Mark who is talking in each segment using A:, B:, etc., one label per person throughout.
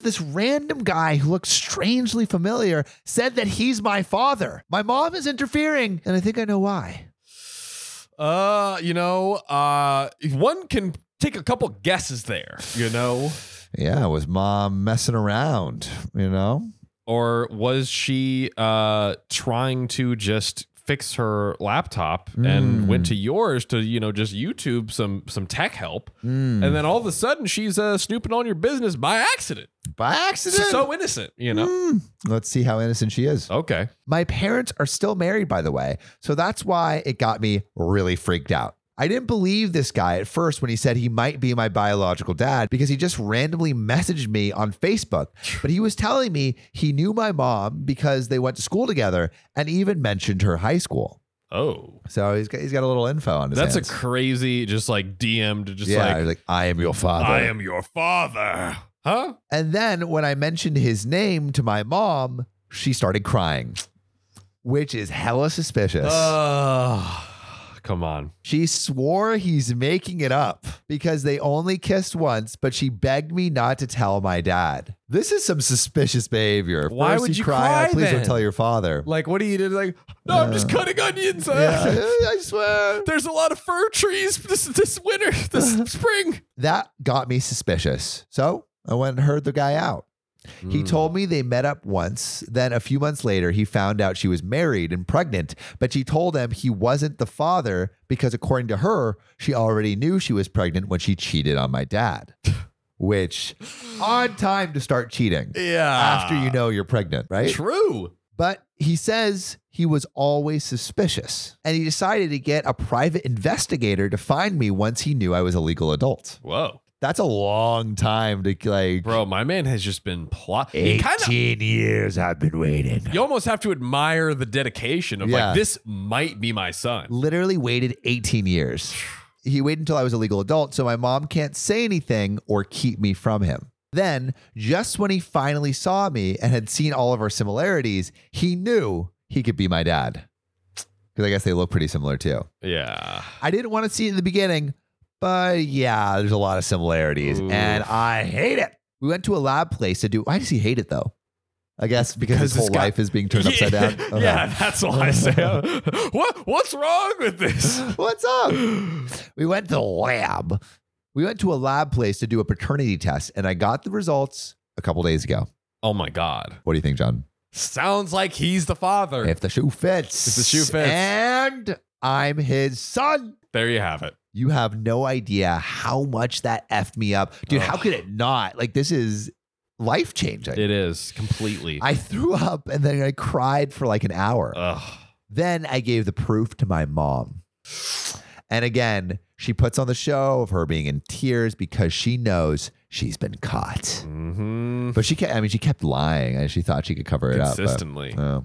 A: this random guy who looked strangely familiar said that he's my father. My mom is interfering, and I think I know why.
B: Uh, you know, uh, one can take a couple guesses there, you know?
A: Yeah, was mom messing around, you know?
B: Or was she uh trying to just fix her laptop and
A: Mm.
B: went to yours to, you know, just YouTube some some tech help.
A: Mm.
B: And then all of a sudden she's uh snooping on your business by accident.
A: By accident.
B: So innocent, you know.
A: Mm. Let's see how innocent she is.
B: Okay.
A: My parents are still married, by the way. So that's why it got me really freaked out. I didn't believe this guy at first when he said he might be my biological dad because he just randomly messaged me on Facebook. But he was telling me he knew my mom because they went to school together and even mentioned her high school.
B: Oh.
A: So he's got, he's got a little info on his
B: That's
A: hands.
B: a crazy just like DM to just
A: yeah,
B: like
A: he's like, I am your father.
B: I am your father. Huh?
A: And then when I mentioned his name to my mom, she started crying, which is hella suspicious.
B: Uh, come on.
A: She swore he's making it up because they only kissed once, but she begged me not to tell my dad. This is some suspicious behavior.
B: Why would you cry
A: Please
B: then?"
A: don't tell your father.
B: Like, what do you do? Like, no, I'm just cutting onions.
A: Yeah,
B: Uh,
A: I swear.
B: There's a lot of fir trees this this winter, this spring.
A: That got me suspicious. So I went and heard the guy out.
B: Hmm.
A: He told me they met up once. Then a few months later, he found out she was married and pregnant, but she told him he wasn't the father because, according to her, she already knew she was pregnant when she cheated on my dad. Which, on time to start cheating
B: yeah,
A: after you know you're pregnant, right?
B: Ah. True.
A: But he says he was always suspicious and he decided to get a private investigator to find me once he knew I was a legal adult.
B: Whoa,
A: That's a long time to like.
B: bro, my man has just been plot. He kind of.
A: years I've been waiting.
B: You almost have to admire the dedication of
A: Yeah.
B: like this might be my son.
A: Literally waited 18 years. He waited until I was a legal adult, so my mom can't say anything or keep me from him. Then, just when he finally saw me and had seen all of our similarities, he knew he could be my dad. Because I guess they look pretty similar too.
B: Yeah.
A: I didn't want to see it in the beginning, but yeah, there's a lot of similarities,
B: Ooh.
A: and I hate it. We went to a lab place to do. Why does he hate it though? I guess because
B: Because
A: his whole
B: it's got-
A: life is being turned upside
B: yeah,
A: down. Okay.
B: yeah, that's all I say. what what's wrong with this?
A: What's up? We went to the lab. We went to a lab place to do a paternity test, and I got the results a couple days ago.
B: Oh my god.
A: What do you think, John?
B: Sounds like he's the father.
A: If the shoe fits,
B: If the shoe fits.
A: and I'm his son.
B: there you have it.
A: You have no idea how much that effed me up, dude. How
B: Ugh.
A: could it not? Like this is life changing.
B: It is completely.
A: I threw up and then I cried for like an hour.
B: Ugh.
A: Then I gave the proof to my mom. And again, she puts on the show of her being in tears because she knows she's been caught.
B: Mm-hmm.
A: But she kept, I mean, she kept lying and she thought she could cover it up. but-
B: Consistently.
A: Oh.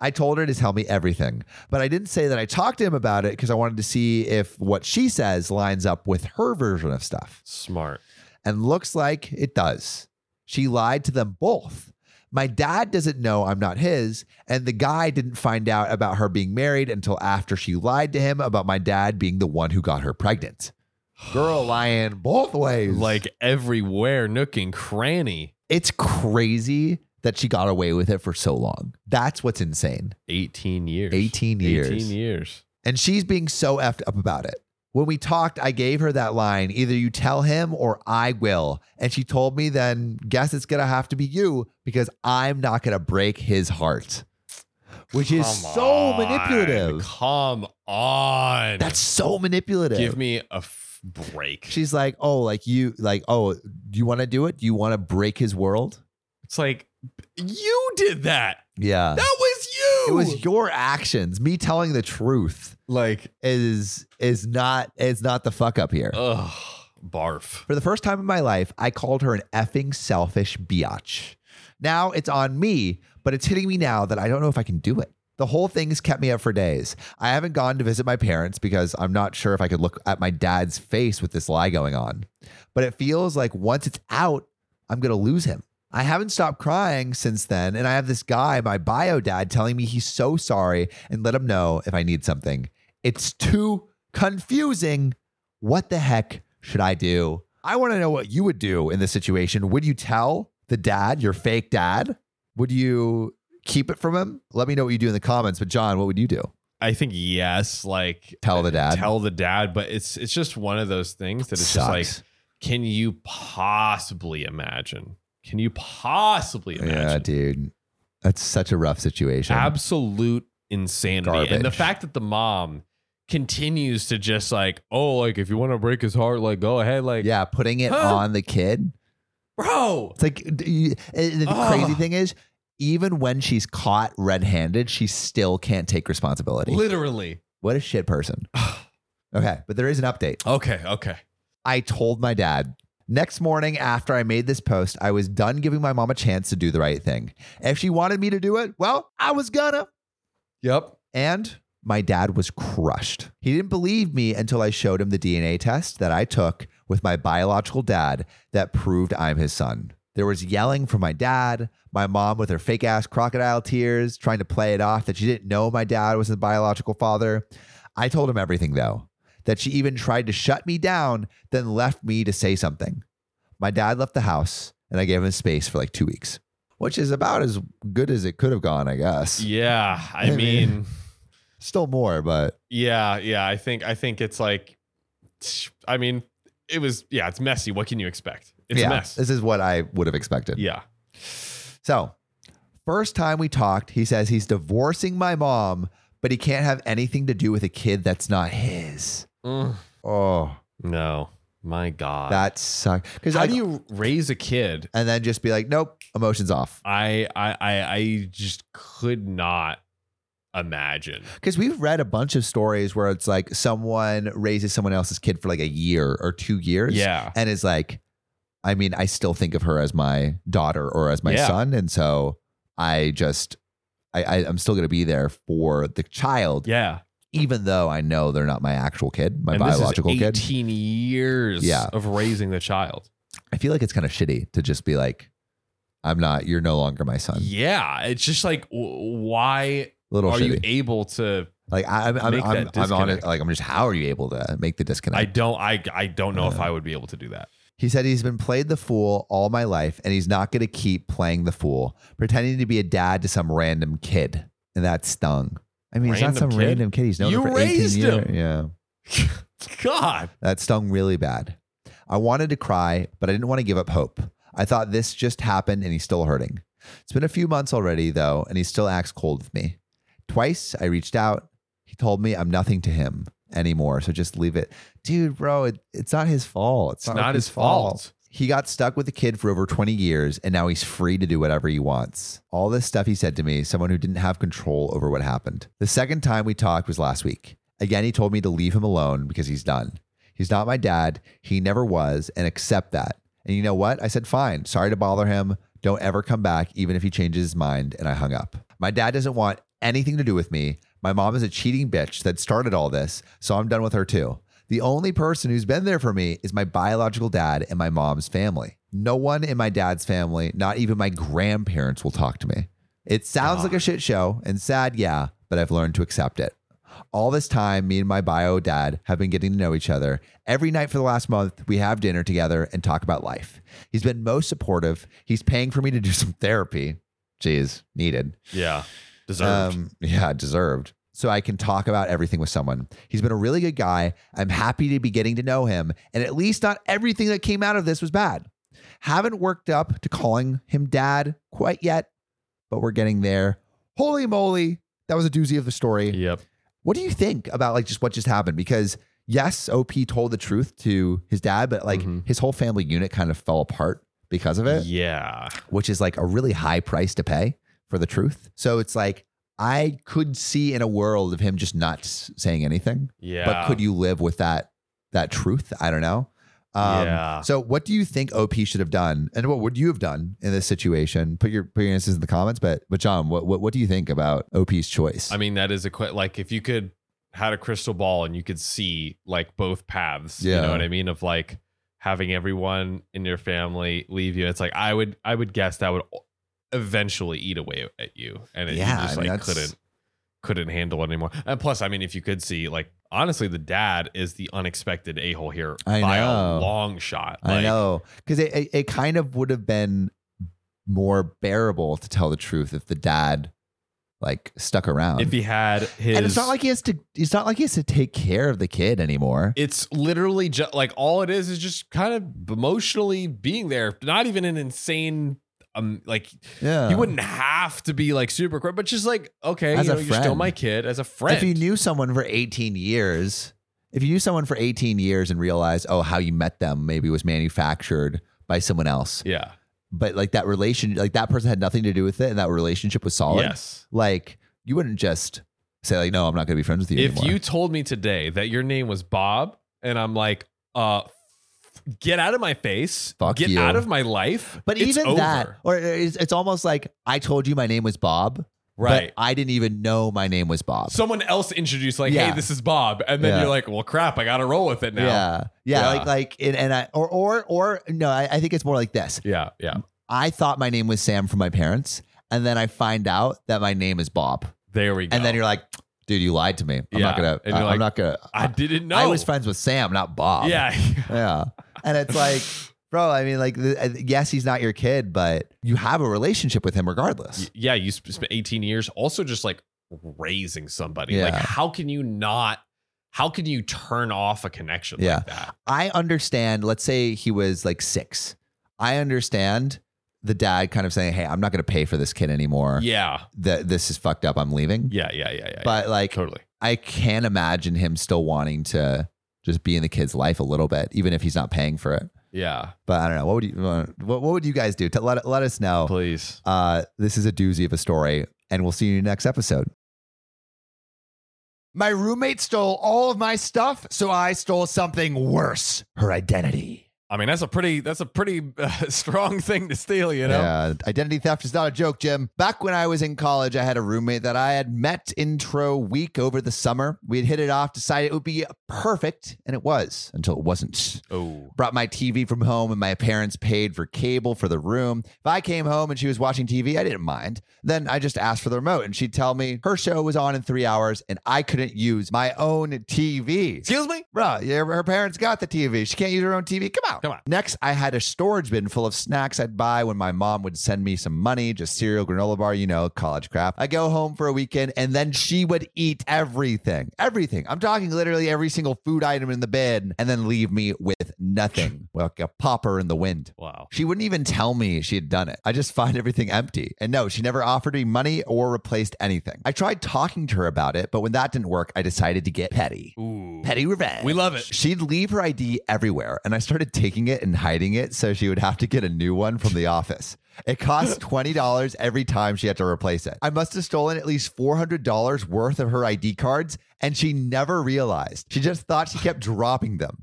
A: I told her to tell me everything, but I didn't say that I talked to him about it because I wanted to see if what she says lines up with her version of stuff
B: Smart.
A: and looks like it does. She lied to them both. My dad doesn't know I'm not his, and the guy didn't find out about her being married until after she lied to him about my dad being the one who got her pregnant. Girl lying both ways.
B: Like everywhere, nook and cranny.
A: it's crazy that she got away with it for so long. That's what's insane.
B: 18 years.
A: 18 years.
B: 18 years.
A: And she's being so effed up about it. When we talked, I gave her that line either you tell him or I will. And she told me, then guess it's going to have to be you because I'm not going to break his heart, which is
B: Come
A: so
B: on.
A: manipulative.
B: Come on.
A: That's so manipulative.
B: Give me a f- break.
A: She's like, oh, like you, like, oh, do you want to do it? Do you want to break his world?
B: it's like, you did that.
A: Yeah.
B: That was you.
A: It was your actions. Me telling the truth
B: like,
A: is is not is not the fuck up here.
B: ugh, barf.
A: For the first time in my life, I called her an effing selfish biatch. Now it's on me, but it's hitting me now that I don't know if I can do it. The whole thing's kept me up for days. I haven't gone to visit my parents because I'm not sure if I could look at my dad's face with this lie going on. But it feels like once it's out, I'm going to lose him. I haven't stopped crying since then. And I have this guy, my bio dad, telling me he's so sorry and let him know if I need something. It's too confusing. What the heck should I do? I want to know what you would do in this situation. Would you tell? the dad, your fake dad? Would you keep it from him? Let me know what you do in the comments. But John, what would you do?
B: I think yes, like
A: Tell the dad.
B: tell the dad, but it's it's just one of those things that it's
A: Sucks.
B: just like, can you possibly imagine? Can you possibly
A: Yeah,
B: imagine?
A: dude. That's such a rough situation.
B: Absolute insanity. And the
A: Garbage.
B: fact that the mom continues to just like, oh, like if you want to break his heart, like go ahead, like
A: yeah, putting it
B: Huh?
A: on the kid.
B: bro.
A: It's like d- you- and the
B: Ugh.
A: crazy thing is, even when she's caught red-handed, she still can't take responsibility.
B: Literally.
A: What a shit person. okay, but there is an update.
B: Okay, okay.
A: I told my dad. Next morning, after I made this post, I was done giving my mom a chance to do the right thing. If she wanted me to do it, well, I was gonna.
B: Yep.
A: And my dad was crushed. He didn't believe me until I showed him the DNA test that I took with my biological dad that proved I'm his son. There was yelling from my dad, my mom with her fake ass crocodile tears, trying to play it off that she didn't know my dad was the biological father. I told him everything though, that she even tried to shut me down, then left me to say something. My dad left the house and I gave him space for like two weeks, which is about as good as it could have gone, I guess.
B: Yeah. I,
A: I
B: mean,
A: mean- Still more, but
B: yeah, yeah. I think I think it's like I mean, it was yeah, it's messy. What can you expect? It's
A: yeah,
B: a mess.
A: This is what I would have expected.
B: yeah.
A: So, first time we talked, he says he's divorcing my mom, but he can't have anything to do with a kid that's not his.
B: Mm.
A: Oh,
B: No. My God.
A: that sucks. Because
B: how do you raise a kid?
A: And then just be like, nope, emotions off.
B: I I I, I just could not imagine.
A: Because we've read a bunch of stories where it's like someone raises someone else's kid for like a year or two years.
B: Yeah.
A: And is like, I mean, I still think of her as my daughter or as my
B: Yeah.
A: son. And so I just, I, I, I'm still going to be there for the child.
B: Yeah.
A: even though I know they're not my actual kid, my
B: and
A: biological
B: this is 18
A: kid,
B: years
A: Yeah.
B: of raising the child.
A: I feel like it's kind of shitty to just be like, I'm not, you're no longer my son.
B: Yeah. It's just like w- why
A: Little
B: are
A: shitty.
B: you able to
A: like I, I'm, I'm,
B: make
A: I'm,
B: that
A: I'm on it.
B: disconnect?
A: Like I'm just, how are you able to make the
B: I
A: disconnect?
B: don't I I don't know if
A: Yeah.
B: I would be able to do that.
A: he said he's been played the fool all my life and he's not going to keep playing the fool, pretending to be a dad to some random kid. And that stung. I mean, it's
B: Random
A: not some
B: kid?
A: random kid. He's known
B: You
A: him for
B: raised
A: 18 years.
B: him.
A: Yeah.
B: God.
A: That stung really bad. I wanted to cry, but I didn't want to give up hope. I thought this just happened and he's still hurting. It's been a few months already, though, and he still acts cold with me. Twice I reached out. He told me I'm nothing to him anymore, so just leave it. Dude, bro, it, it's not his fault. It's,
B: It's
A: not,
B: not
A: like
B: his fault.
A: He got stuck with the kid for over 20 years, and now he's free to do whatever he wants. All this stuff he said to me, someone who didn't have control over what happened. The second time we talked was last week. Again, he told me to leave him alone because he's done. He's not my dad. He never was, and accept that. And you know what? I said, fine. Sorry to bother him. Don't ever come back, even if he changes his mind. And I hung up. My dad doesn't want anything to do with me. My mom is a cheating bitch that started all this, so I'm done with her too. The only person who's been there for me is my biological dad and my mom's family. No one in my dad's family, not even my grandparents, will talk to me. It sounds like a shit show and sad, yeah, but I've learned to accept it. All this time, me and my bio dad have been getting to know each other. Every night for the last month, we have dinner together and talk about life. He's been most supportive. He's paying for me to do some therapy. Jeez, needed.
B: Yeah. Deserved.
A: Um, yeah, deserved. So I can talk about everything with someone. He's been a really good guy. I'm happy to be getting to know him. And at least not everything that came out of this was bad. Haven't worked up to calling him dad quite yet, but we're getting there. Holy moly. That was a doozy of a story.
B: yep.
A: What do you think about like just what just happened? Because yes, OP told the truth to his dad, but like
B: Mhm.
A: his whole family unit kind of fell apart because of it,
B: Yeah.
A: which is like a really high price to pay for the truth. So it's like I could see in a world of him just not s- saying anything,
B: Yeah.
A: but could you live with that that truth? I don't know. Um,
B: Yeah.
A: So what do you think OP should have done, and what would you have done in this situation? Put your put your answers in the comments. But but John, what what, what do you think about OP's choice?
B: I mean, that is a quite like if you could had a crystal ball and you could see like both paths. You
A: Yeah.
B: know what I mean? Of like having everyone in your family leave you. It's like I would I would guess that would eventually eat away at you. And it,
A: Yeah,
B: you just
A: I mean,
B: like
A: that's-
B: couldn't couldn't handle it anymore. And plus, I mean, if you could see like honestly, the dad is the unexpected a hole here
A: I
B: by
A: know.
B: a long shot.
A: I
B: Like,
A: know because it, it it kind of would have been more bearable to tell the truth if the dad like stuck around.
B: if he had his
A: and it's not like he has to. It's not like he has to take care of the kid anymore.
B: it's literally just like all it is is just kind of emotionally being there not even an insane um like
A: yeah,
B: you wouldn't have to be like super quick but just like okay
A: Uh. As
B: you
A: a
B: know, you're still
A: friend.
B: my kid as a friend
A: If you knew someone for 18 years, if you knew someone for 18 years and realized, oh, how you met them maybe was manufactured by someone else,
B: yeah
A: but like that relation, like that person had nothing to do with it, and that relationship was solid.
B: yes
A: Like you wouldn't just say like, no, I'm not going to be friends with you
B: if
A: anymore.
B: you told me today that your name was bob and i'm like uh get out of my face
A: Fuck
B: get
A: you.
B: out of my life
A: but
B: It's
A: even that,
B: over.
A: or uh, it's, it's almost like I told you my name was Bob,
B: right
A: But I didn't even know my name was Bob.
B: someone else introduced like
A: Yeah.
B: hey this is bob and then
A: Yeah.
B: you're like well crap i gotta roll with it now
A: Yeah, yeah,
B: Yeah.
A: like like, and, and I or or or no, I, I think it's more like this.
B: yeah yeah
A: I thought my name was Sam from my parents, and then I find out that my name is Bob,
B: there we go
A: and then you're like, dude, you lied to me. I'm not
B: Yeah.
A: gonna.
B: And you're
A: I- I'm
B: like,
A: not gonna.
B: Uh, I didn't know.
A: I was friends with Sam, not Bob.
B: Yeah.
A: yeah. And it's like, bro. I mean, like, the, uh, yes, he's not your kid, but you have a relationship with him regardless.
B: Y- yeah. You sp- spent 18 years also just like raising somebody. Like,
A: Yeah.
B: how can you not? How can you turn off a connection
A: Yeah.
B: like that?
A: I understand. Let's say he was like six. I understand the dad kind of saying, "Hey, I'm not gonna pay for this kid anymore.
B: Yeah.
A: That this is fucked up. I'm leaving."
B: Yeah. Yeah. Yeah. Yeah.
A: But like,
B: totally.
A: I can imagine him still wanting to just be in the kid's life a little bit, even if he's not paying for it.
B: Yeah.
A: But I don't know. What would you uh, what, what would you guys do? To let let us know.
B: Please.
A: Uh, this is a doozy of a story, and we'll see you next episode. My roommate stole all of my stuff, so I stole something worse: her identity.
B: I mean, that's a pretty, that's a pretty uh, strong thing to steal, you know?
A: Yeah, identity theft is not a joke, Jim. Back when I was in college, I had a roommate that I had met intro week over the summer. We had hit it off, decided it would be perfect, and it was until it wasn't.
B: Oh.
A: Brought my TV from home, and my parents paid for cable for the room. If I came home and she was watching TV, I didn't mind. Then I just asked for the remote, and she'd tell me her show was on in three hours, and I couldn't use my own TV.
B: Excuse me?
A: Bruh, yeah, her parents got the TV. She can't use her own TV. Come on.
B: Come on.
A: Next, I had a storage bin full of snacks I'd buy when my mom would send me some money, just cereal, granola bar, you know, college crap. I go home for a weekend and then she would eat everything. Everything. I'm talking literally every single food item in the bin and then leave me with nothing. like a popper in the wind.
B: Wow.
A: She wouldn't even tell me she had done it. I just find everything empty. And no, she never offered me money or replaced anything. I tried talking to her about it, but when that didn't work, I decided to get petty.
B: Ooh.
A: Petty revenge.
B: We love it.
A: She'd leave her ID everywhere, and I started taking it and hiding it so she would have to get a new one from the office. It cost $20 every time she had to replace it. I must have stolen at least $400 worth of her ID cards, and she never realized. She just thought she kept dropping them.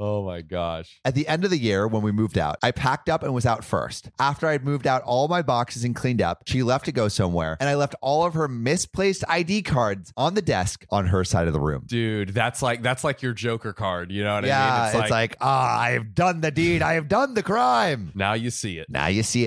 B: Oh my gosh.
A: At the end of the year, when we moved out, I packed up and was out first. After I'd moved out all my boxes and cleaned up, she left to go somewhere, and I left all of her misplaced ID cards on the desk on her side of the room.
B: Dude, that's like, that's like your Joker card. You know what
A: yeah,
B: I mean?
A: it's, like, ah, I have done the deed. I have done the crime.
B: now you see it.
A: Now you see it.